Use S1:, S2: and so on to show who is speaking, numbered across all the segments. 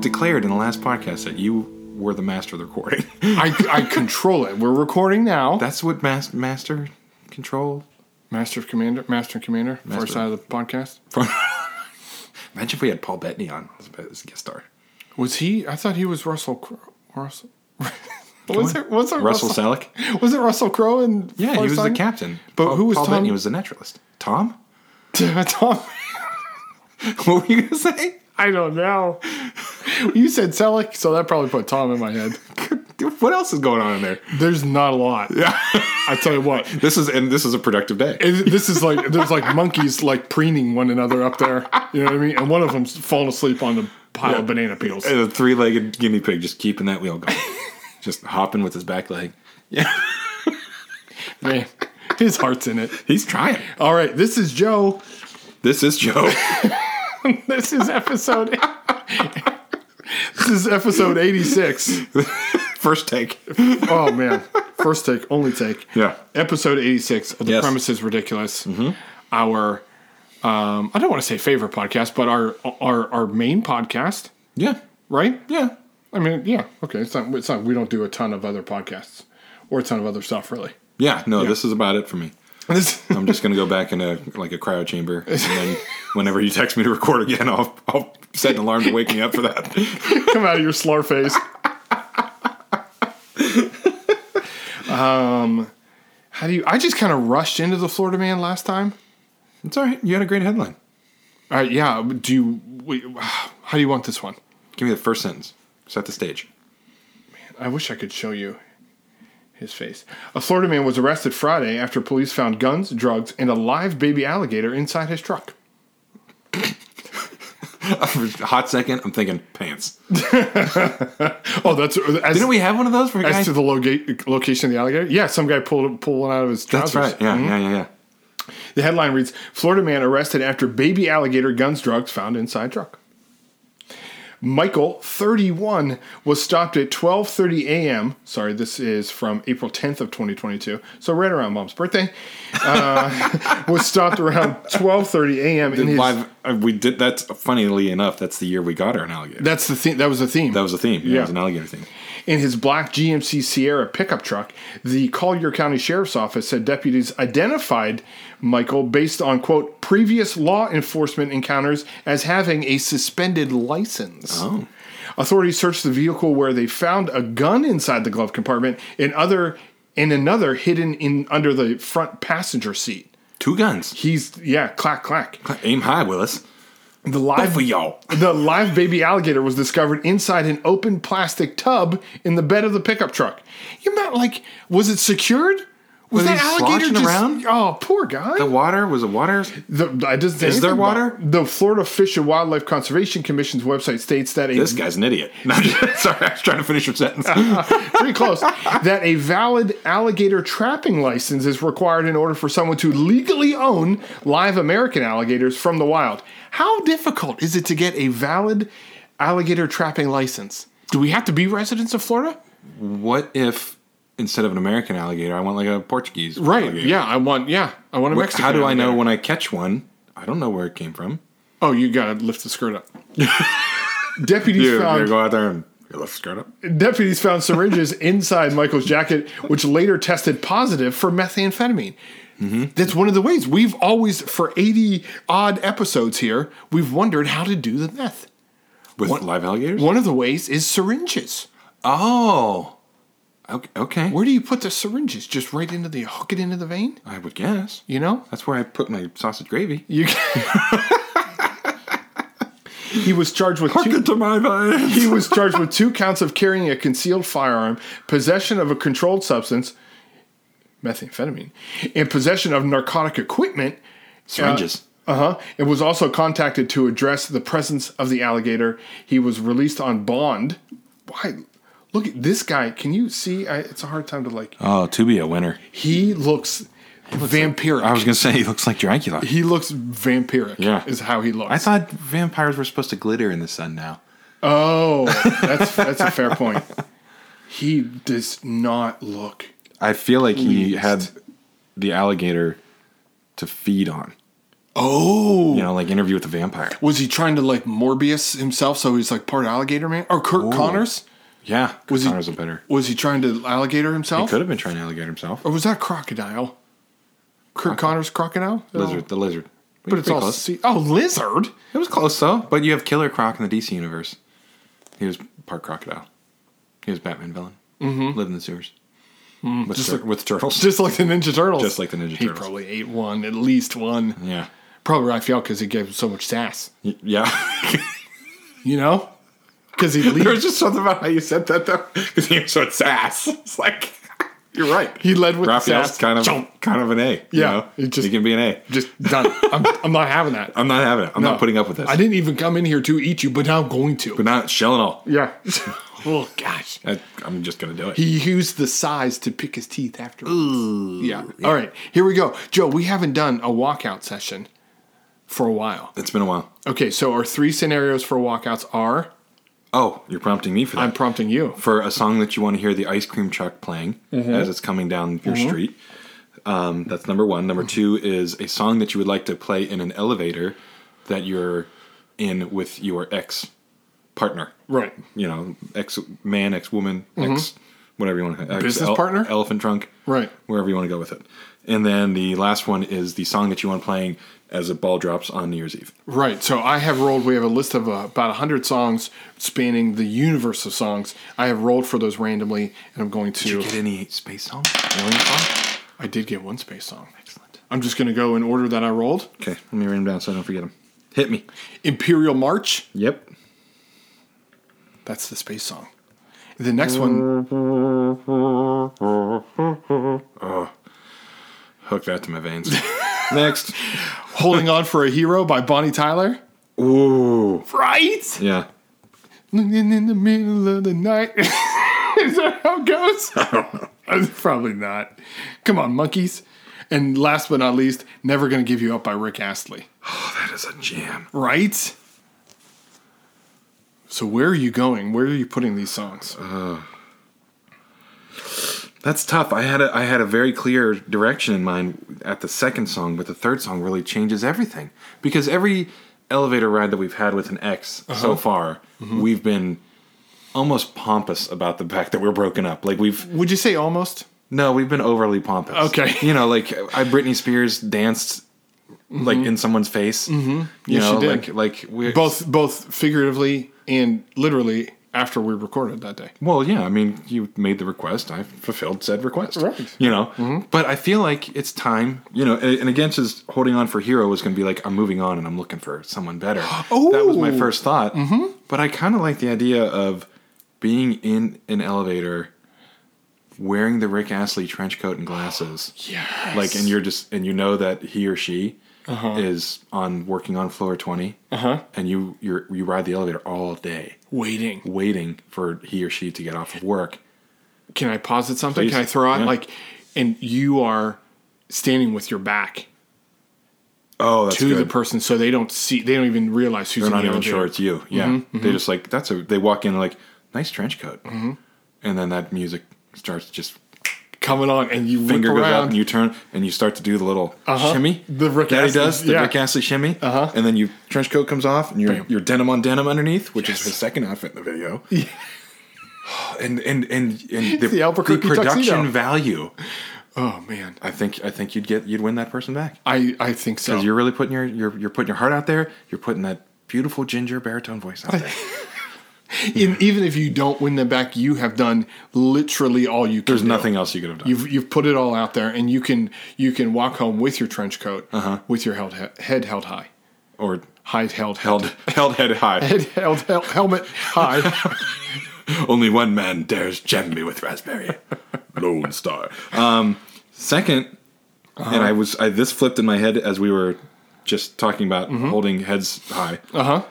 S1: declared in the last podcast that you were the master of the recording.
S2: I, I control it. We're recording now.
S1: That's what mas- master control.
S2: Master of Commander, Master and Commander,
S1: Master.
S2: first side of the podcast.
S1: Imagine if we had Paul Bettany on as a as a guest star.
S2: Was he? I thought he was Russell. Crowe. Russell. was it? Was it
S1: Russell,
S2: Russell?
S1: Selleck.
S2: was it Russell Crowe? And
S1: Yeah, he was the captain.
S2: But
S1: Paul,
S2: who was
S1: Paul
S2: Tom-
S1: Bettany? Was the naturalist. Tom.
S2: Tom.
S1: what were you gonna say?
S2: I don't know. You said Selleck, so that probably put Tom in my head.
S1: What else is going on in there?
S2: There's not a lot. Yeah. I tell you what.
S1: This is and this is a productive day.
S2: it- This is like there's like monkeys like preening one another up there. You know what I mean? And one of them's falling asleep on the pile of banana peels.
S1: And a three-legged guinea pig just keeping that wheel going, just hopping with his back leg.
S2: Man, his heart's in it.
S1: He's trying.
S2: All right, this is Joe.
S1: This is Joe.
S2: This is episode. this is episode eighty six.
S1: First take.
S2: Oh man, first take, only take.
S1: Yeah.
S2: Episode eighty six of the
S1: Yes. Mm-hmm.
S2: premise is ridiculous. Our, um, I don't want to say favorite podcast, but our our our main podcast,
S1: Yeah.
S2: right?
S1: Yeah.
S2: I mean, yeah, okay. It's not. It's not. We don't do a ton of other podcasts or a ton of other stuff, really.
S1: Yeah. No, this is about it for me.
S2: This,
S1: I'm just gonna go back in a like a cryo chamber, and then whenever you text me to record again, I'll I'll set an alarm to wake me up for that.
S2: come out of your slur face. um, Um, how do you? I just kind of rushed into the Florida Man last time.
S1: It's all right. You had a great headline.
S2: All right, yeah. Do you? Wait, how do you want this one?
S1: Give me the first sentence. Set the stage.
S2: I wish I could show you his face. A Florida man was arrested Friday after police found guns, drugs, and a live baby alligator inside his truck.
S1: For a hot second, I'm thinking pants.
S2: Oh, that's as,
S1: Didn't we have one of those for
S2: as
S1: guys?
S2: to the loga- location of the alligator. Yeah, some guy pulled pulled one out of his trousers.
S1: That's right. Yeah, yeah, yeah, yeah.
S2: The headline reads: Florida man arrested after baby alligator guns, drugs found inside truck. Michael, 31, was stopped at 12:30 a.m. Sorry, this is from April 10th of 2022, so right around Mom's birthday. Uh, was stopped around 12:30 a.m. in his.
S1: Why uh, we did that's funnily enough, that's the year we got our an alligator.
S2: That's the theme. That was the theme.
S1: That was a theme. Yeah,
S2: Yeah.
S1: it was an alligator theme.
S2: in his black GMC Sierra pickup truck, the Collier County Sheriff's Office said deputies identified Michael based on, quote, previous law enforcement encounters as having a suspended license.
S1: Oh.
S2: Authorities searched the vehicle where they found a gun inside the glove compartment and other and another hidden in under the front passenger seat.
S1: Two guns.
S2: He's yeah, clack clack.
S1: Aim high, Willis.
S2: The live
S1: For y'all.
S2: the live baby alligator was discovered inside an open plastic tub in the bed of the pickup truck. You're not like, was it secured? Was,
S1: Was
S2: that
S1: he
S2: alligator
S1: sloshing
S2: just,
S1: around?
S2: Oh, poor guy.
S1: The water was a water
S2: The- I just,
S1: Is there water?
S2: The Florida Fish and Wildlife Conservation Commission's website states that a
S1: this guy's an idiot. No, I'm just- sorry, I was trying to finish your sentence.
S2: pretty close that a valid alligator trapping license is required in order for someone to legally own live American alligators from the wild. How difficult is it to get a valid alligator trapping license? Do we have to be residents of Florida?
S1: what if instead of an American alligator, I want like a Portuguese?
S2: Right.
S1: alligator?
S2: Yeah, I want. Yeah, I want a Mexican.
S1: How do I know
S2: alligator.
S1: when I catch one? I don't know where it came from.
S2: Oh, you gotta lift the skirt up. Deputies
S1: You,
S2: found
S1: you go out there and you lift the skirt up.
S2: Deputies found syringes inside Michael's jacket, which later tested positive for methamphetamine. That's one of the ways we've always, for 80 odd episodes here, we've wondered how to do the meth.
S1: With live alligators?
S2: One of the ways is syringes.
S1: Oh. Okay. okay.
S2: Where do you put the syringes? Just right into the hook it into the vein?
S1: I would guess.
S2: You know?
S1: That's where I put my sausage gravy.
S2: You He was charged with two,
S1: to my veins.
S2: he was charged with two counts of carrying a concealed firearm, possession of a controlled substance, methamphetamine, and possession of narcotic equipment.
S1: Syringes.
S2: Uh huh. And was also contacted to address the presence of the alligator. He was released on bond. Why? Look at this guy. Can you see? I, it's a hard time to like.
S1: oh, to be a winner.
S2: He looks, vampiric.
S1: I was gonna say he looks like Dracula.
S2: he looks vampiric.
S1: Yeah.
S2: is how he looks.
S1: I thought vampires were supposed to glitter in the sun. Now
S2: oh, that's that's a fair point. He does not look.
S1: I feel like he had the alligator to feed on.
S2: Oh,
S1: You know, like interview with the vampire.
S2: was he trying to like Morbius himself? So he's like part alligator man or Kirk Connors?
S1: Yeah,
S2: Was
S1: was
S2: he-
S1: Connor's a better.
S2: Was he trying to alligator
S1: He
S2: himself?
S1: could have been trying to alligator himself.
S2: Or was that crocodile? Kirk Connors crocodile? Oh.
S1: Lizard, the lizard.
S2: But it's
S1: Pretty
S2: all
S1: close.
S2: sea- oh lizard.
S1: It was close though. But you have Killer Croc in the DC universe. He was part crocodile. He was Batman villain. Mm-hmm. Lived in the sewers. With, tur- with turtles.
S2: Just like the Ninja Turtles.
S1: Just like the Ninja
S2: He
S1: Turtles.
S2: probably ate one, at least one.
S1: yeah.
S2: Probably Raphael because he gave him so much sass.
S1: Y- Yeah.
S2: You know? Because he
S1: there
S2: lead,
S1: was just something about how you said that though, because he was so it's ass. It's like you're right.
S2: he led with
S1: Raphael's
S2: sass.
S1: kind of
S2: Chomp.
S1: kind of an A. you
S2: Yeah,
S1: know?
S2: it just-
S1: he can be an A.
S2: just done. I'm, I'm not having that.
S1: I'm not having it. I'm
S2: No.
S1: not putting up with this.
S2: I didn't even come in here to eat you, but now I'm going to.
S1: but not shell and all.
S2: yeah. oh gosh.
S1: I, I'm just gonna do it.
S2: He used the size to pick his teeth after. Yeah. All right. Here we go. Joe, we haven't done a walkout session for a while.
S1: it's been a while.
S2: Okay, so our three scenarios for walkouts are
S1: Oh, you're prompting me for that.
S2: I'm prompting you.
S1: for a song that you want to hear the ice cream truck playing as it's coming down your street. Um, that's number one. Number two is a song that you would like to play in an elevator that you're in with your ex partner.
S2: Right.
S1: You know, ex man, ex woman, ex whatever you want to ex
S2: Business partner?
S1: elephant trunk,
S2: Right.
S1: Wherever you want to go with it. And then the last one is the song that you want playing as the ball drops on New Year's Eve.
S2: Right. So I have rolled, we have a list of uh, about 100 songs spanning the universe of songs. I have rolled for those randomly, and I'm going to.
S1: Get any space song? Alien song?
S2: I did get one space song.
S1: Excellent.
S2: I'm just going to go in order that I rolled
S1: Okay, let me write them down so I don't forget them. Hit me.
S2: Imperial March.
S1: Yep.
S2: That's the space song. The next one,
S1: Hook that to my veins. Next.
S2: Holding On for a Hero by Bonnie Tyler.
S1: Ooh.
S2: Right?
S1: Yeah.
S2: Living in the middle of the night. Is that how it goes? I don't know. Probably not. Come on, monkeys. And last but not least, Never Gonna Give You Up by Rick Astley.
S1: Oh, that is a jam.
S2: Right? So where are you going? Where are you putting these songs?
S1: That's tough. I had a I had a very clear direction in mind at the second song, but the third song really changes everything because every elevator ride that we've had with an ex so far, we've been almost pompous about the fact that we're broken up. Like we've
S2: Would you say almost?
S1: No, we've been overly pompous.
S2: Okay.
S1: You know, like I Britney Spears danced like in someone's face. Mm-hmm. You
S2: Yes, she
S1: know,
S2: did.
S1: like like we
S2: Both both figuratively and literally after we recorded that day.
S1: Well, yeah, I mean, you made the request. I fulfilled said request.
S2: Right. Mm-hmm.
S1: You know, but I feel like it's time. You know, and, and again, just holding on for hero was going to be like I'm moving on and I'm looking for someone better. that was my
S2: Oh.
S1: first thought. Mm-hmm. But I kind of like the idea of being in an elevator, wearing the Rick Astley trench coat and glasses.
S2: Yes.
S1: like and you're just and you know that he or she is on working on floor 20 and you you're, you ride the elevator all day
S2: waiting.
S1: waiting for he or she to get off of work
S2: can I posit something?
S1: Please.
S2: Can I throw out
S1: Yeah.
S2: like, and you are standing with your back
S1: oh that's
S2: to the
S1: good
S2: person, so they don't see, they don't even realize who's
S1: they're
S2: in
S1: not
S2: the
S1: even
S2: elevator.
S1: sure it's you yeah they just like that's a they walk in like nice trench coat and then that music starts to just
S2: coming on, and you
S1: finger
S2: whip
S1: goes up
S2: around.
S1: and you turn and you start to do the little
S2: Uh-huh.
S1: shimmy
S2: The Rick
S1: that he
S2: Astley-
S1: does the
S2: yeah.
S1: Rick Astley shimmy uh-huh. and then your trench coat comes off and your
S2: Bam.
S1: your denim on denim underneath which
S2: Yes.
S1: is his second outfit in the video and and and, and the,
S2: The Albuquerque
S1: production
S2: tuxedo.
S1: value
S2: oh man,
S1: I think I think you'd get you'd win that person back
S2: I I think so.
S1: because you're really putting your you're, you're putting your heart out there you're putting that beautiful ginger baritone voice out there
S2: In, even if you don't win them back, you have done literally all you can.
S1: there's
S2: do.
S1: nothing else you could have done
S2: You've you've put it all out there, and you can you can walk home with your trench coat,
S1: Uh-huh.
S2: with your held he- head held high,
S1: or
S2: high held
S1: held held head high
S2: head held hel- helmet high.
S1: Only one man dares gem me with raspberry. Lone Star. Uh-huh. Um, second, and I was I, this flipped in my head as we were just talking about holding heads high.
S2: uh huh.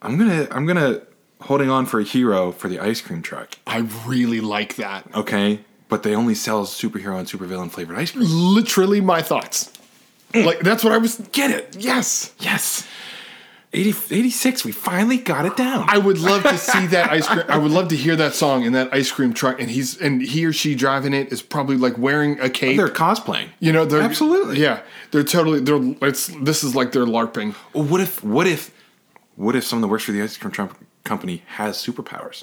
S1: I'm gonna I'm gonna holding on for a hero for the ice cream truck.
S2: I really like that.
S1: Okay, but they only sell superhero and supervillain flavored ice cream.
S2: literally my thoughts. Like that's what I was.
S1: Get it?
S2: Yes,
S1: Yes. 80, 86, we finally got it down.
S2: I would love to see that ice cream. I would love to hear that song in that ice cream truck, and he's and he or she driving it is probably like wearing a cape.
S1: They're cosplaying.
S2: you know, they're
S1: Absolutely.
S2: yeah. They're totally they're. It's this is like they're larping.
S1: Well, What if what if what if someone that works for the ice cream truck company has superpowers?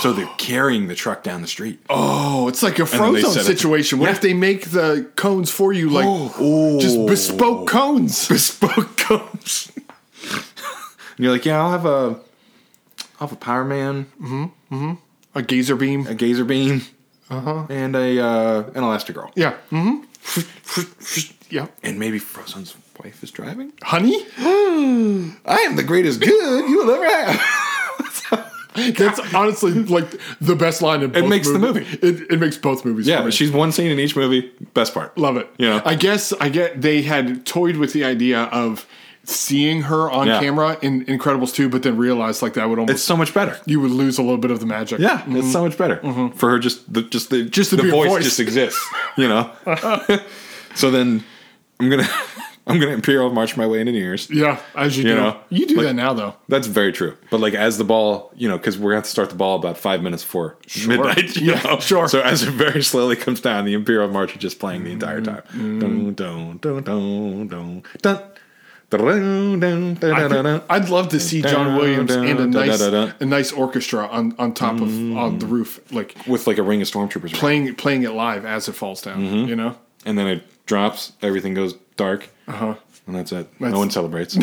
S1: so they're carrying the truck down the street.
S2: Oh, it's like a
S1: then they
S2: Frozone
S1: set it-
S2: situation. What
S1: Yeah. Oh.
S2: if they make the cones for you, like just bespoke cones?
S1: bespoke cones. and you're like, yeah, I'll have a, I'll have a power man,
S2: A gazer beam.
S1: a gazer beam, uh-huh. and a uh, an Elastigirl,
S2: Yeah. Mm-hmm. yeah.
S1: and maybe Frozen's wife is driving.
S2: Honey?
S1: I am the greatest good you will ever have.
S2: That's honestly like the best line in both
S1: makes the
S2: movies. It, it makes both movies.
S1: yeah,
S2: for me.
S1: but she's one scene in each movie. Best part.
S2: Love it.
S1: You know?
S2: I guess I get they had toyed with the idea of seeing her on
S1: Yeah.
S2: camera in Incredibles 2, but then realized like that would almost
S1: It's so much better.
S2: you would lose a little bit of the magic.
S1: Yeah, it's so much better Mm-hmm. for her. Just the just the just the
S2: be a
S1: voice,
S2: voice.
S1: just exists, you know. so then I'm gonna I'm gonna imperial march my way into yours.
S2: Yeah, as you, do.
S1: know,
S2: you do
S1: like-
S2: that now though.
S1: That's very true. But like as the ball, you know, because we're gonna have to start the ball about five minutes before midnight. You
S2: Yeah,
S1: know?
S2: sure.
S1: So as it very slowly comes down, the imperial march is just playing the entire time. Dun, dun, dun, dun, dun, dun. Dun, dun, dun, dun, dun, dun.
S2: I'd love to see John
S1: Dun,
S2: Williams
S1: dun,
S2: and a
S1: dun,
S2: nice
S1: dun, dun.
S2: a nice orchestra on, on top of on
S1: Mm.
S2: the roof, like
S1: With like a ring of stormtroopers, around.
S2: playing playing it live as it falls down.
S1: Mm-hmm.
S2: You know?
S1: and then it drops. Everything goes dark. Uh huh. And that's it.
S2: Uh-huh. That's-
S1: no one celebrates.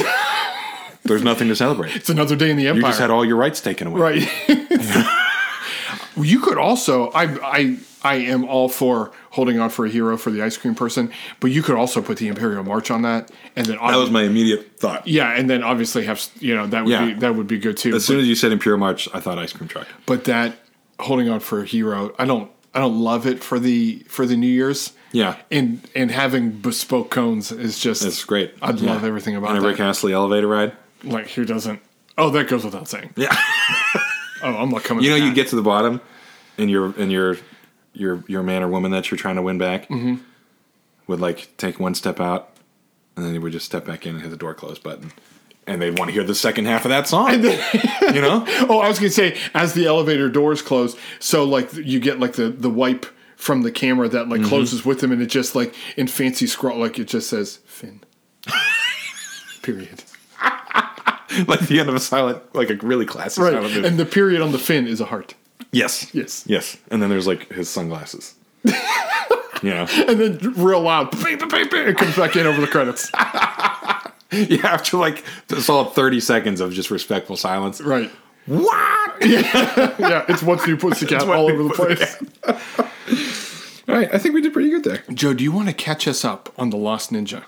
S1: There's nothing to celebrate.
S2: It's another day in the Empire.
S1: You just had all your rights taken away.
S2: Right. Well, you could also I I I am all for holding on for a hero for the ice cream person, but you could also put the Imperial March on that and then
S1: That was my immediate thought.
S2: yeah, and then obviously have you know that would
S1: Yeah.
S2: be that would be good too.
S1: As soon as you said Imperial March, I thought ice cream truck.
S2: but, but that holding on for a hero, I don't I don't love it for the for the New Year's.
S1: Yeah.
S2: And and having bespoke cones is just
S1: It's great.
S2: I'd
S1: Yeah.
S2: love everything about
S1: And a
S2: that.
S1: Rick Astley elevator ride.
S2: Like who doesn't? Oh, that goes without saying.
S1: Yeah.
S2: Oh, I'm not coming.
S1: You know,
S2: to
S1: you
S2: that.
S1: get to the bottom, and your and your your your man or woman that you're trying to win back
S2: Mm-hmm.
S1: would like take one step out, and then you would just step back in and hit the door close button, and they'd want to hear the second half of that song. you know,
S2: Oh, I was gonna say as the elevator doors close, so like you get like the the wipe from the camera that like closes with them, and it just like in fancy scroll, like it just says Finn. period.
S1: like the end of a silent, like a really classic
S2: Right,
S1: silent movie.
S2: and the period on the fin is a heart,
S1: yes,
S2: Yes.
S1: yes. And then there's like his sunglasses. you know,
S2: and then real loud, "Beep, beep, beep, beep," it comes back in over the credits.
S1: yeah. After like a solid thirty seconds of just respectful silence,
S2: Right.
S1: what?
S2: Yeah, it's once you put the cat
S1: Once
S2: all
S1: New
S2: over the place.
S1: All right, I think we did pretty good there.
S2: Joe, do you want to catch us up on the Lost Ninja?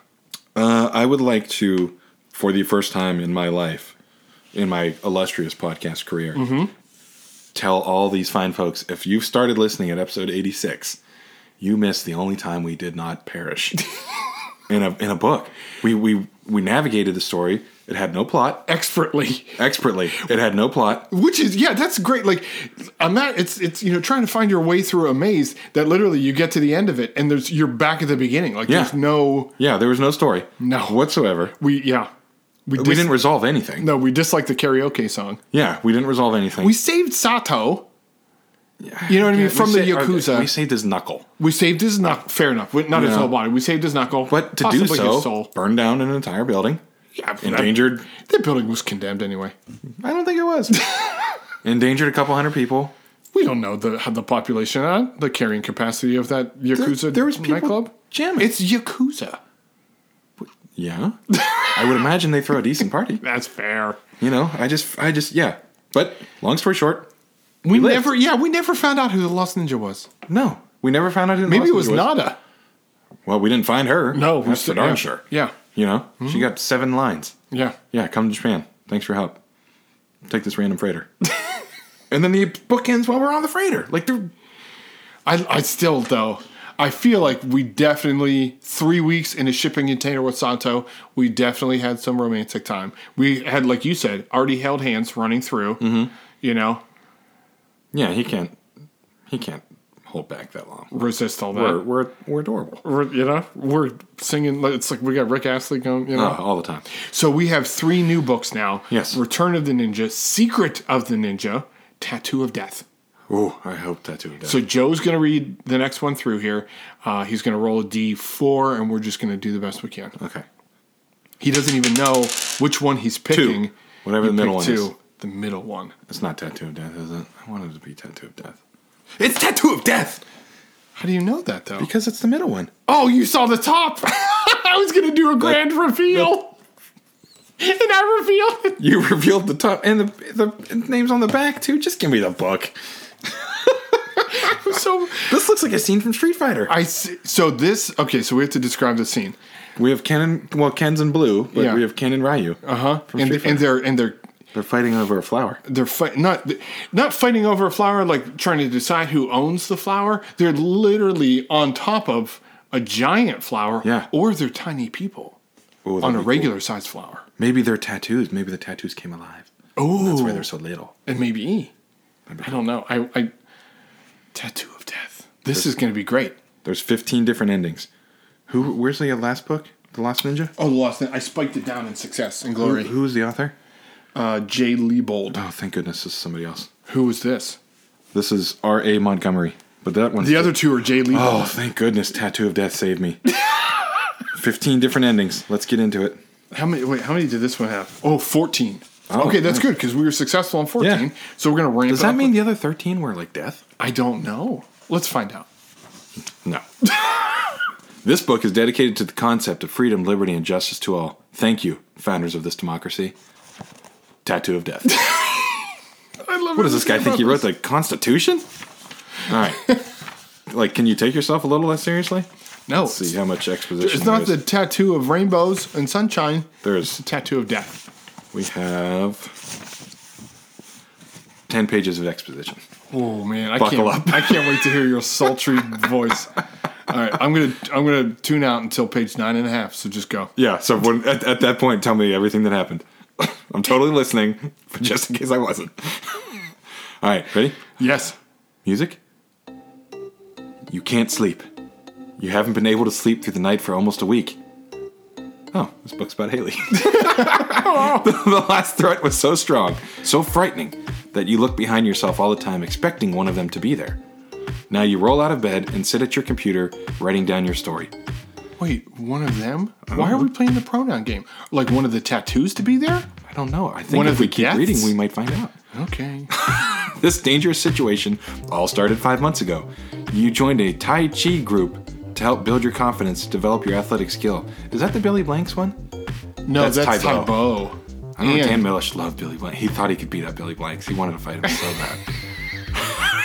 S1: Uh, I would like to, for the first time in my life, in my illustrious podcast career,
S2: Mm-hmm.
S1: tell all these fine folks if you've started listening at episode 86, you missed the only time we did not perish in, a, in a book. We, we, we navigated the story, it had no plot,
S2: Expertly.
S1: expertly, it had no plot.
S2: which is yeah that's great like i'm not it's it's you know trying to find your way through a maze that literally you get to the end of it and there's you're back at the beginning like
S1: Yeah.
S2: there's no
S1: Yeah, there was no story.
S2: No.
S1: Whatsoever.
S2: we yeah we,
S1: We
S2: dis-
S1: didn't resolve anything.
S2: no we dislike the karaoke song
S1: Yeah, we didn't resolve anything.
S2: we saved sato you know what i mean from the
S1: sa- our-
S2: yakuza
S1: We saved his knuckle.
S2: we, saved his knuckle fair enough We- not his
S1: No.
S2: whole body we saved his knuckle
S1: But to do
S2: possibly his
S1: so,
S2: soul.
S1: burn down an entire building,
S2: yeah, that-
S1: endangered.
S2: the building was condemned anyway
S1: I don't think it was endangered a couple hundred people.
S2: we don't know the the population uh, the carrying capacity of that yakuza
S1: there was people
S2: nightclub
S1: jamming.
S2: it's yakuza
S1: Yeah, I would imagine they throw a decent party.
S2: that's fair
S1: You know, I just, I just, yeah. But long story short,
S2: We,
S1: lived.
S2: never, yeah, we never found out who the Lost Ninja was.
S1: no, we never found out. Who the
S2: Maybe it
S1: Lost
S2: was,
S1: Ninja
S2: Nada.
S1: Well, we didn't find her.
S2: No,
S1: that's for darn
S2: yeah. Mm-hmm.
S1: sure.
S2: Yeah,
S1: You know, she got seven lines.
S2: yeah.
S1: Yeah, come to Japan. Thanks for your help. Take this random freighter. and then the book ends while we're on the freighter. Like they're
S2: I, I still though, I feel like we definitely three weeks in a shipping container with Santo. We definitely had some romantic time. We had, like you said, already held hands running through. You know,
S1: Yeah, he can't. He can't hold back that long.
S2: resist all that.
S1: We're we're, we're adorable.
S2: We're- you know, we're singing. like- It's like we got Rick Astley going. You know,
S1: Oh, all the time.
S2: So we have three new books now.
S1: Yes.
S2: Return of the Ninja, Secret of the Ninja, Tattoo of Death.
S1: Ooh, I hope that too.
S2: So Joe's going to read the next one through here. Uh, he's going to roll a D4, and we're just going to do the best we can.
S1: okay.
S2: He doesn't even know which one he's picking.
S1: Whatever the middle
S2: Pick
S1: one
S2: two,
S1: is.
S2: the middle one.
S1: It's not tattoo of death, is it? I wanted it to be tattoo of death. It's tattoo of death
S2: How do you know that though?
S1: because it's the middle one.
S2: oh, you saw the top. I was going to do a grand reveal, and I revealed it.
S1: You revealed the top and the the names on the back too. Just give me the book.
S2: So
S1: This looks like a scene from Street Fighter.
S2: I see- so this okay. So we have to describe the scene.
S1: We have Ken and well, Ken's in blue, but
S2: Yeah.
S1: we have Ken and Ryu.
S2: Uh huh.
S1: Uh-huh, From
S2: And,
S1: Street Fighter.
S2: and they're and they're
S1: They're fighting over a flower.
S2: they're fight, not not fighting over a flower like trying to decide who owns the flower they're literally on top of a giant flower
S1: Yeah.
S2: or they're tiny people
S1: Ooh, that'd
S2: on a
S1: be cool.
S2: regular sized flower
S1: Maybe they're tattoos. Maybe the tattoos came alive.
S2: oh
S1: That's why they're so little.
S2: and maybe E. i don't know i, I tattoo of death this is going to be great
S1: There's 15 different endings. Who? Where's the last book? The Last Ninja.
S2: oh lost i spiked it down in success and
S1: Who,
S2: glory
S1: who's the author?
S2: uh jay liebold
S1: Oh, thank goodness, this is somebody else.
S2: who was this
S1: This is R. A. Montgomery. But that one.
S2: the other two are jay liebold
S1: Oh, thank goodness, Tattoo of Death saved me. 15 different endings. Let's get into it.
S2: How many? Wait, how many did this one have? Oh, 14. okay, that's good because we were successful on 14.
S1: Oh. Yeah.
S2: So we're gonna ramp.
S1: Does
S2: it
S1: that
S2: up.
S1: mean the other 13 were like death?
S2: I don't know? Let's find out.
S1: No. this book is dedicated to the concept of freedom, liberty, and justice to all. Thank you, founders of this democracy. Tattoo of Death.
S2: I love.
S1: What does this guy think he wrote the Constitution? All right. like, can you take yourself a little less seriously?
S2: No,
S1: Let's see how much exposition.
S2: it's not
S1: there
S2: the
S1: is.
S2: tattoo of rainbows and sunshine.
S1: There's
S2: Tattoo of death.
S1: we have ten pages of exposition.
S2: Oh man, I
S1: Buckle
S2: can't.
S1: up.
S2: I can't wait to hear your sultry voice. All right, I'm gonna I'm gonna tune out until page nine and a half. So just go.
S1: Yeah. So when, at, at that point, tell me everything that happened. I'm totally listening, but just in case I wasn't. All right. Ready?
S2: Yes.
S1: Music? You can't sleep. You haven't been able to sleep through the night for almost a week. Oh, this book's about Haley. the, the last threat was so strong, so frightening, that you look behind yourself all the time expecting one of them to be there. Now you roll out of bed and sit at your computer writing down your story.
S2: Wait, one of them? Why are we playing the pronoun game? Like one of the tattoos to be there?
S1: I don't know. I think
S2: One
S1: if
S2: of
S1: we
S2: the
S1: keep
S2: deaths?
S1: reading, we might find out.
S2: Okay.
S1: This dangerous situation all started five months ago. You joined a Tai Chi group to help build your confidence, develop your athletic skill. Is that the Billy Blanks one?
S2: No,
S1: That's
S2: that's,
S1: Tybo.
S2: Tybo.
S1: I know
S2: And-
S1: Dan Millish loved Billy Blanks. He thought he could beat up Billy Blanks. He wanted to fight him so bad.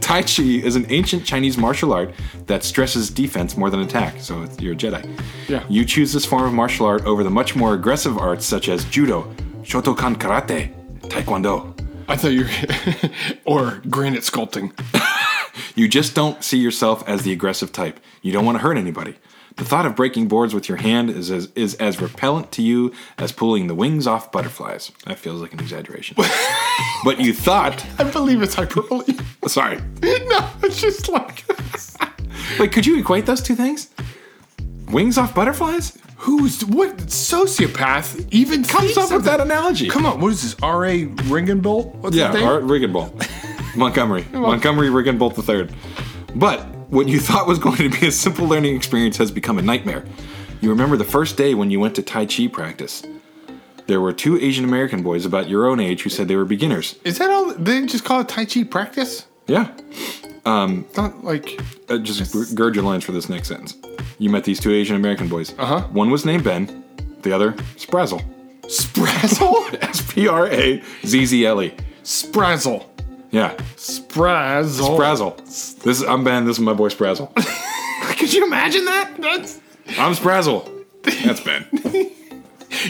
S1: tai Chi is an ancient Chinese martial art that stresses defense more than attack, so it's, you're a Jedi.
S2: Yeah.
S1: You choose this form of martial art over the much more aggressive arts such as Judo, Shotokan Karate, Taekwondo.
S2: I thought you were, or granite sculpting.
S1: You just don't see yourself as the aggressive type. You don't want to hurt anybody. The thought of breaking boards with your hand is as, is as repellent to you as pulling the wings off butterflies. That feels like an exaggeration. but you thought,
S2: I believe it's hyperbole.
S1: sorry,
S2: no, it's just like
S1: like could you equate those two things? Wings off butterflies?
S2: who's what sociopath even
S1: Who's
S2: comes
S1: up with that analogy?
S2: Come on, what is this? R. A. Ringenbolt? What's
S1: Yeah,
S2: the name?
S1: Art Riggenbolt. Montgomery. Montgomery Riggenbolt III. But what you thought was going to be a simple learning experience has become a nightmare. You remember the first day when you went to Tai Chi practice. There were two Asian American boys about your own age who said they were beginners.
S2: is that all? They just call it Tai Chi practice.
S1: Yeah.
S2: It's not like
S1: Uh, just gr- gird your lines for this next sentence. You met these two Asian American boys. Uh huh. One was named Ben, the other, Sprazzle.
S2: Sprazzle.
S1: S P R A Z Z L E.
S2: Sprazzle.
S1: Yeah.
S2: Sprazzle.
S1: Sprazzle. This is, I'm Ben, this is my boy Sprazzle.
S2: Could you imagine that? That's.
S1: I'm Sprazzle. That's Ben.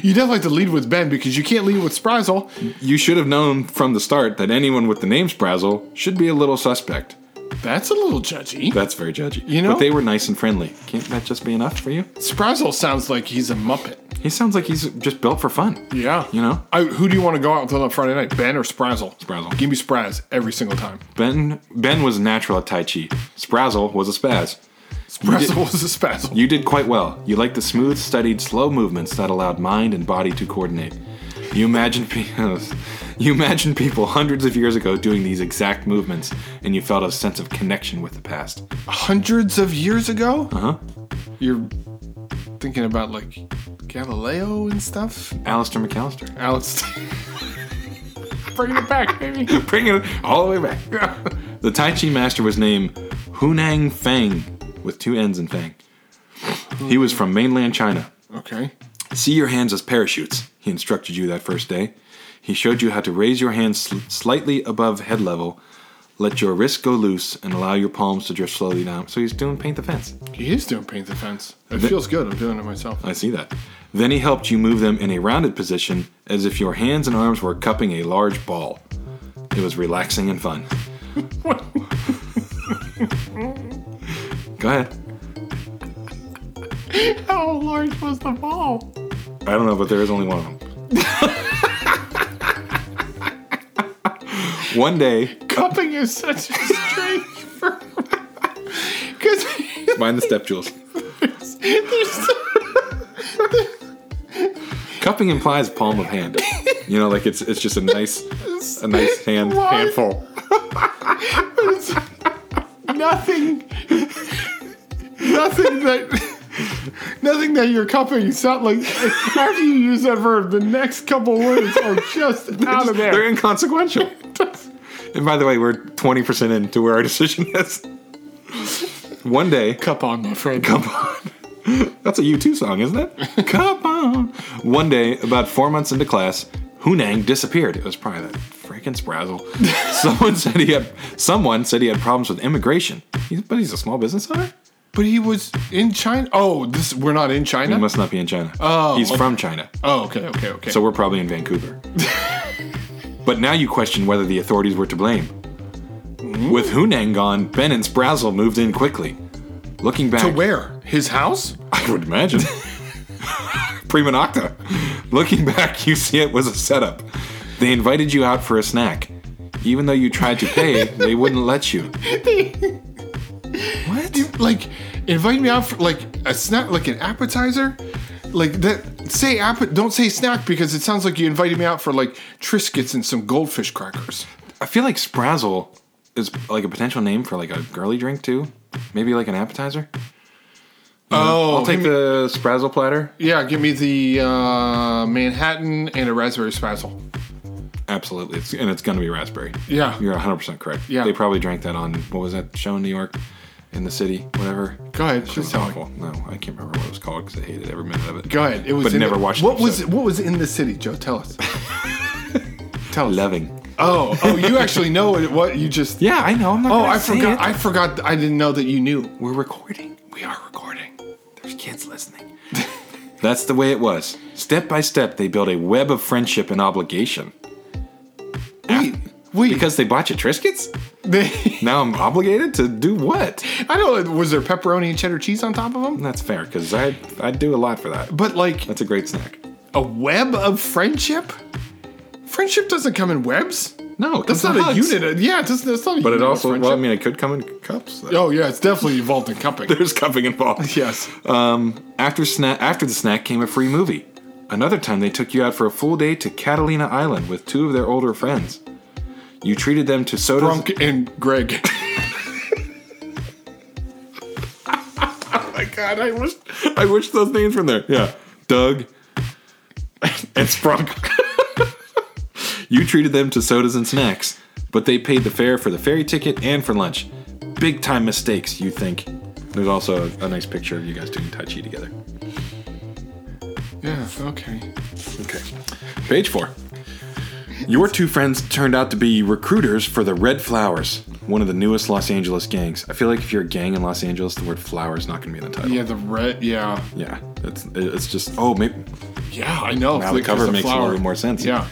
S2: You don't like to lead with Ben because you can't lead with Sprazzle.
S1: You should have known from the start that anyone with the name Sprazzle should be a little suspect.
S2: That's a little judgy.
S1: That's very judgy.
S2: You know-
S1: but they were nice and friendly. Can't that just be enough for you?
S2: Sprazzle sounds like he's a Muppet.
S1: He sounds like he's just built for fun.
S2: Yeah.
S1: You know?
S2: I, who do you want to go out with on Friday night? Ben or Sprazzle?
S1: Sprazzle.
S2: Give me Spraz every single time.
S1: Ben Ben was natural at Tai Chi. Sprazzle was a spaz.
S2: Sprazzle was a Spazzle.
S1: You did quite well. You liked the smooth, studied, slow movements that allowed mind and body to coordinate. You imagined, pe- you imagined people hundreds of years ago doing these exact movements, and you felt a sense of connection with the past.
S2: Hundreds of years ago?
S1: Uh huh.
S2: You're thinking about like Galileo and stuff?
S1: Alistair McAllister.
S2: Alex. Bring it back, baby.
S1: Bring it all the way back. The Tai Chi master was named Hunang Fang, with two N's in Fang. He was from mainland China.
S2: okay.
S1: See your hands as parachutes, he instructed you that first day. He showed you how to raise your hands sl- slightly above head level, let your wrists go loose, and allow your palms to drift slowly down. So he's doing paint the fence.
S2: He is doing paint the fence. It feels good. I'm doing it myself.
S1: I see that. Then he helped you move them in a rounded position as if your hands and arms were cupping a large ball. It was relaxing and fun. go ahead.
S2: How large was the ball?
S1: I don't know, but there is only one of them. one day,
S2: Cupping is such a strange verb. Because
S1: mind the stepstools.
S2: there's
S1: Cupping implies palm of hand. You know, like it's it's just a nice a nice hand
S2: What?
S1: handful.
S2: nothing, nothing that, nothing that you're cupping. Sound like after you use that verb, the next couple words are just out of
S1: They're
S2: there.
S1: inconsequential. And by the way, we're twenty percent into where our decision is. One day,
S2: Cup on, my friend.
S1: Come on. That's a U2 song, isn't it? Come on. One day, about four months into class, Hunang disappeared. It was probably that freaking sprazzle. someone said he had someone said he had problems with immigration. He's, but he's a small business owner.
S2: But he was in China. Oh, this we're not in
S1: He
S2: China.
S1: must not be in China.
S2: Oh,
S1: he's
S2: okay.
S1: from China.
S2: oh, okay, okay, okay.
S1: So we're probably in Vancouver. but now you question whether the authorities were to blame. With
S2: Hmm.
S1: Hunang gone, Ben and Sprazzle moved in quickly. Looking back,
S2: to where? His house?
S1: I would imagine. Prima Nocta. Looking back, you see it was a setup. They invited you out for a snack. Even though you tried to pay, they wouldn't let you.
S2: What? You, like, invite me out for like a snack, like an appetizer? Like that? Say app. Don't say snack because it sounds like you invited me out for like Triscuits and some goldfish crackers.
S1: I feel like Sprazzle is like a potential name for like a girly drink too. Maybe like an appetizer.
S2: oh,
S1: I'll take the Sprazzle platter.
S2: yeah. Give me the uh, Manhattan and a raspberry spazzle.
S1: Absolutely. It's, and it's going to be raspberry.
S2: Yeah.
S1: You're 100% correct.
S2: Yeah.
S1: They probably drank that on, what was that show in New York? In the city, whatever.
S2: Go ahead.
S1: It
S2: Please
S1: was
S2: tell me.
S1: awful. No, I can't remember what it was called because I hated every minute of it.
S2: Go ahead. It was.
S1: But
S2: in
S1: never
S2: the,
S1: watched
S2: What
S1: the
S2: was?
S1: episode.
S2: What was in the city, Joe? Tell us.
S1: Tell loving.
S2: oh, oh, you actually know what? What you just?
S1: Yeah, I know. I'm not.
S2: Oh,
S1: gonna
S2: I
S1: say
S2: forgot.
S1: it.
S2: I forgot. I didn't know that you knew.
S1: We're recording.
S2: We are recording.
S1: There's kids listening. That's the way it was. Step by step, they built a web of friendship and obligation.
S2: Wait, wait.
S1: Because they bought you Triscuits?
S2: They,
S1: Now I'm obligated to do what?
S2: I don't. Was there pepperoni and cheddar cheese on top of them?
S1: That's fair, because I I do a lot for that.
S2: But like
S1: That's a great snack.
S2: a web of friendship. Friendship doesn't come in webs.
S1: No, it
S2: That's
S1: comes
S2: not
S1: in
S2: a
S1: hugs.
S2: unit. Of, yeah, it's just- that's not. A
S1: But
S2: unit
S1: it
S2: of
S1: also, well, I
S2: friendship.
S1: mean, it could come in cups. though.
S2: oh yeah, it's definitely involved in cupping.
S1: There's cupping involved.
S2: yes.
S1: Um, after snack, after the snack came a free movie. Another time, they took you out for a full day to Catalina Island with two of their older friends. You treated them to sodas.
S2: Brunk and Greg.
S1: Oh my god, I wish I wish those names were in there. Yeah. Doug and Sprunk. you treated them to sodas and snacks, but they paid the fare for the ferry ticket and for lunch. Big time mistakes, you think. There's also a, a nice picture of you guys doing Tai Chi together.
S2: yeah. Okay.
S1: Okay. Page four. Your two friends turned out to be recruiters for the Red Flowers, one of the newest Los Angeles gangs. I feel like if you're a gang in Los Angeles, the word flower is not going to be in the title.
S2: Yeah, the red. Yeah.
S1: Yeah. It's, it's just, oh, maybe,
S2: Yeah, I know.
S1: Now the cover makes a little more sense.
S2: Yeah.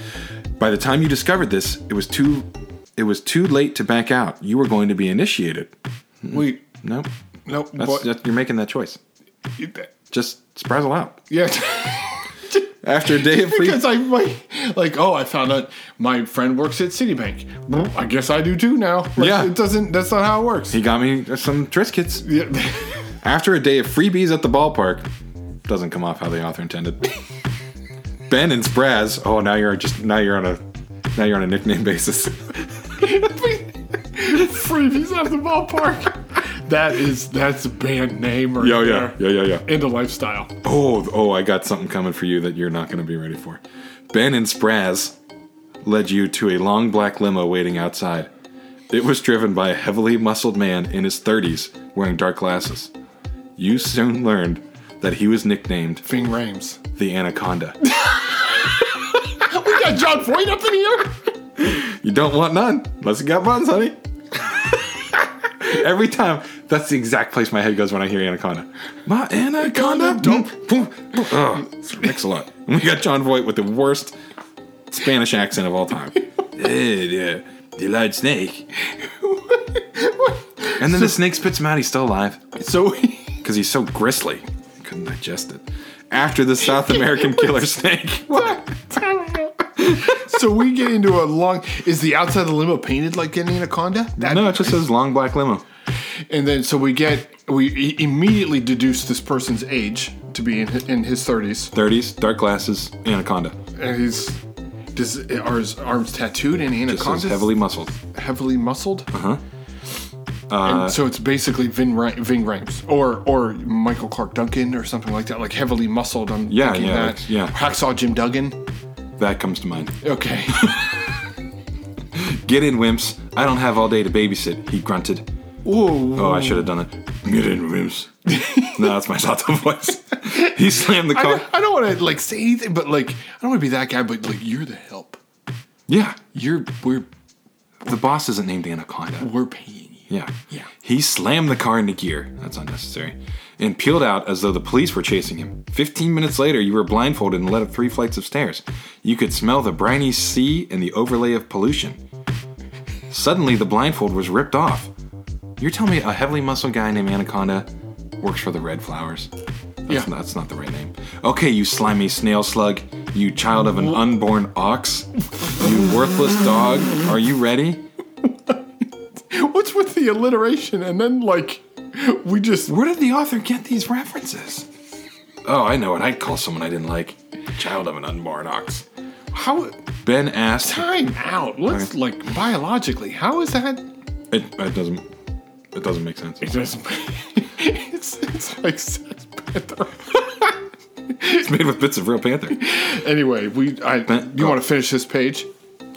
S1: By the time you discovered this, it was too. It was too late to back out. You were going to be initiated.
S2: Wait,
S1: Nope.
S2: no,
S1: Mm. That's,
S2: but
S1: that- you're making that choice. Just sprazzle out.
S2: yeah.
S1: After a day of free
S2: Because I might, like, oh, I found out my friend works at Citibank. Well, I guess I do too now. Like,
S1: Yeah.
S2: it doesn't. That's not how it works.
S1: He got me some Triscuits.
S2: Yeah.
S1: After a day of freebies at the ballpark, doesn't come off how the author intended. ben and Spraz. Oh, now you're just now you're on a now you're on a nickname basis.
S2: Freebies at the ballpark. That is that's a band name right
S1: Yo, yeah,
S2: there.
S1: yeah, yeah, yeah.
S2: Into lifestyle.
S1: Oh, oh, I got something coming for you that you're not going to be ready for. Ben and Spraz led you to a long black limo waiting outside. It was driven by a heavily muscled man in his 30s wearing dark glasses. You soon learned that he was nicknamed
S2: Fing Rames.
S1: the Anaconda.
S2: We got John Voight up in here.
S1: You don't want none unless you got buns, honey. Every time, that's the exact place my head goes when I hear Anaconda. My Anaconda, don't. Oh, makes a lot. And we got John Voight with the worst Spanish accent of all time. yeah, yeah. The large snake. and then the snake spits him out. He's still alive
S2: So
S1: because he's so gristly. Couldn't digest it. After the South American killer snake.
S2: so we get into a long. Is the outside of the limo painted like an anaconda? That,
S1: No, it just says long black limo.
S2: And then so we get we i- immediately deduce this person's age to be in hi- in his thirties,
S1: 30s, dark glasses, Anaconda.
S2: and he's does are his arms tattooed and
S1: Sounds
S2: anaconda
S1: heavily muscled.
S2: heavily muscled. Uh-huh.
S1: Uh,
S2: and so it's basically Vin, Ra- Ving Rhames or or Michael Clark Duncan or something like that, like heavily muscled. I'm
S1: Yeah,
S2: thinking
S1: yeah,
S2: that.
S1: it's- yeah.
S2: Hacksaw Jim Duggan.
S1: That comes to mind.
S2: Okay.
S1: Get in, wimps. I don't have all day to babysit, he grunted.
S2: Ooh.
S1: Oh, I should have done it. Get in, wimps. no, that's my Sato voice. he slammed the
S2: I
S1: car.
S2: don't, I don't want to like say anything, but like I don't want to be that guy. But like you're the help.
S1: Yeah,
S2: You're we're
S1: the boss isn't named Anaconda.
S2: we're paying you.
S1: Yeah.
S2: Yeah.
S1: He slammed the car into gear. That's unnecessary. And peeled out as though the police were chasing him. Fifteen minutes later, you were blindfolded and led up three flights of stairs. You could smell the briny sea and the overlay of pollution. Suddenly, the blindfold was ripped off. You're telling me a heavily muscled guy named Anaconda works for the Red Flowers? That's,
S2: Yeah.
S1: not, that's not the right name. Okay, you slimy snail slug, you child of an unborn ox, you worthless dog. Are you ready?
S2: What's with the alliteration? And then like we just
S1: Where did the author get these references? Oh, I know what I'd call someone I didn't like. Child of an unborn ox.
S2: how
S1: Ben asked.
S2: time out. Let's like biologically. How is that?
S1: It, it doesn't. It doesn't make sense.
S2: It doesn't. it's it's like sex panther.
S1: It's made with bits of real panther.
S2: anyway, we I
S1: Ben-
S2: you want to finish this page?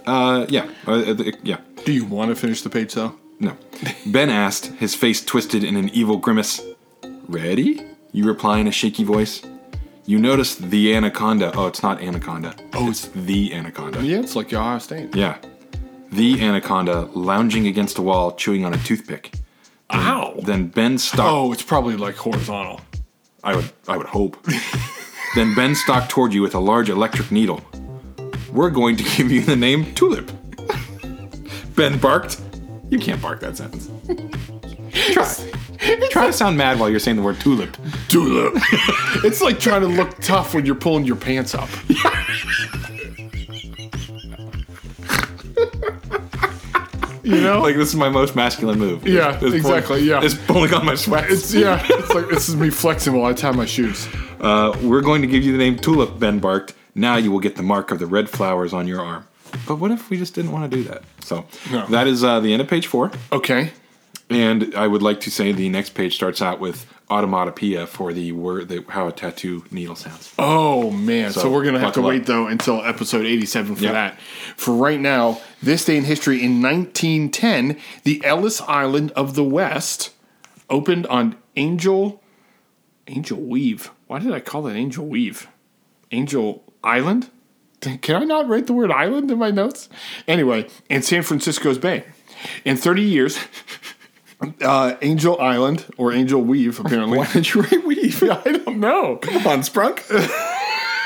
S1: Uh, yeah. Uh, it- yeah.
S2: Do you want to finish the page though?
S1: No. Ben asked, his face twisted in an evil grimace. Ready? You reply in a shaky voice. You notice the anaconda. Oh, it's not anaconda.
S2: Oh,
S1: it's the anaconda.
S2: Yeah, it's like Ohio State.
S1: Yeah. The anaconda lounging against a wall, chewing on a toothpick.
S2: Ow.
S1: Then Ben stalked.
S2: Oh, it's probably like horizontal.
S1: I would. I would hope. then Ben stalked toward you with a large electric needle. We're going to give you the name Tulip. ben barked. You can't bark that sentence. Try. Try to sound mad while you're saying the word tulip.
S2: Tulip. it's like trying to look tough when you're pulling your pants up. you know?
S1: Like this is my most masculine move.
S2: Yeah,
S1: It's- it's
S2: exactly,
S1: pulling-
S2: yeah.
S1: it's pulling on my sweat.
S2: It's yeah. It's like this is me flexing while I tie my shoes.
S1: Uh, we're going to give you the name Tulip, Ben barked. Now you will get the mark of the red flowers on your arm. But what if we just didn't want to do that? So
S2: No.
S1: that is uh, the end of page four.
S2: Okay.
S1: And I would like to say the next page starts out with automatopoeia for the word the, how a tattoo needle sounds.
S2: Oh man. So,
S1: So,
S2: we're gonna have to
S1: buckle
S2: wait
S1: up.
S2: though until episode eighty-seven for
S1: Yeah.
S2: that. For right now, this day in history in 1910, the Ellis Island of the West opened on Angel Angel Weave. Why did I call it Angel Weave? Angel Island? Can I not write the word island in my notes? Anyway, in San Francisco's Bay. In 30 years, uh, Angel Island, or Angel Weave, apparently.
S1: did you write weave?
S2: I don't know.
S1: Come on, Sprunk.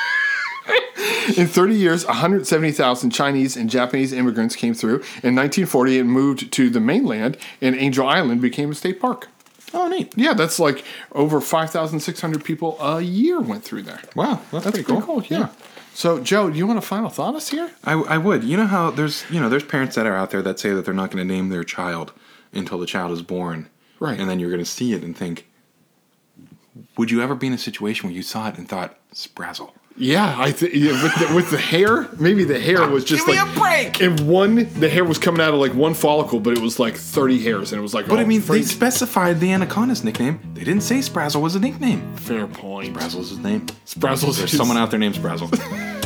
S2: In 30 years, 170,000 Chinese and Japanese immigrants came through. In 1940, it moved to the mainland, and Angel Island became a state park.
S1: Oh, neat.
S2: Yeah, that's like over 5,600 people a year went through there.
S1: Wow, that's,
S2: That's pretty cool. yeah. So, Joe, do you want a final thought us here?
S1: I, I would. You know how there's you know there's parents that are out there that say that they're not going to name their child until the child is born,
S2: Right.
S1: And then you're going to see it and think, would you ever be in a situation where you saw it and thought Sprazzle?
S2: Yeah, I th- yeah, with the, with the hair, maybe the hair was just
S1: Give me
S2: like
S1: a break!
S2: And one, the hair was coming out of like one follicle, but it was like thirty hairs, and it was like.
S1: But
S2: oh,
S1: I mean,
S2: Frank-
S1: they specified the anaconda's nickname. They didn't say Sprazzle was a nickname.
S2: fair point.
S1: Sprazzle's his name.
S2: Brazzle's
S1: There's someone out there named Sprazzle.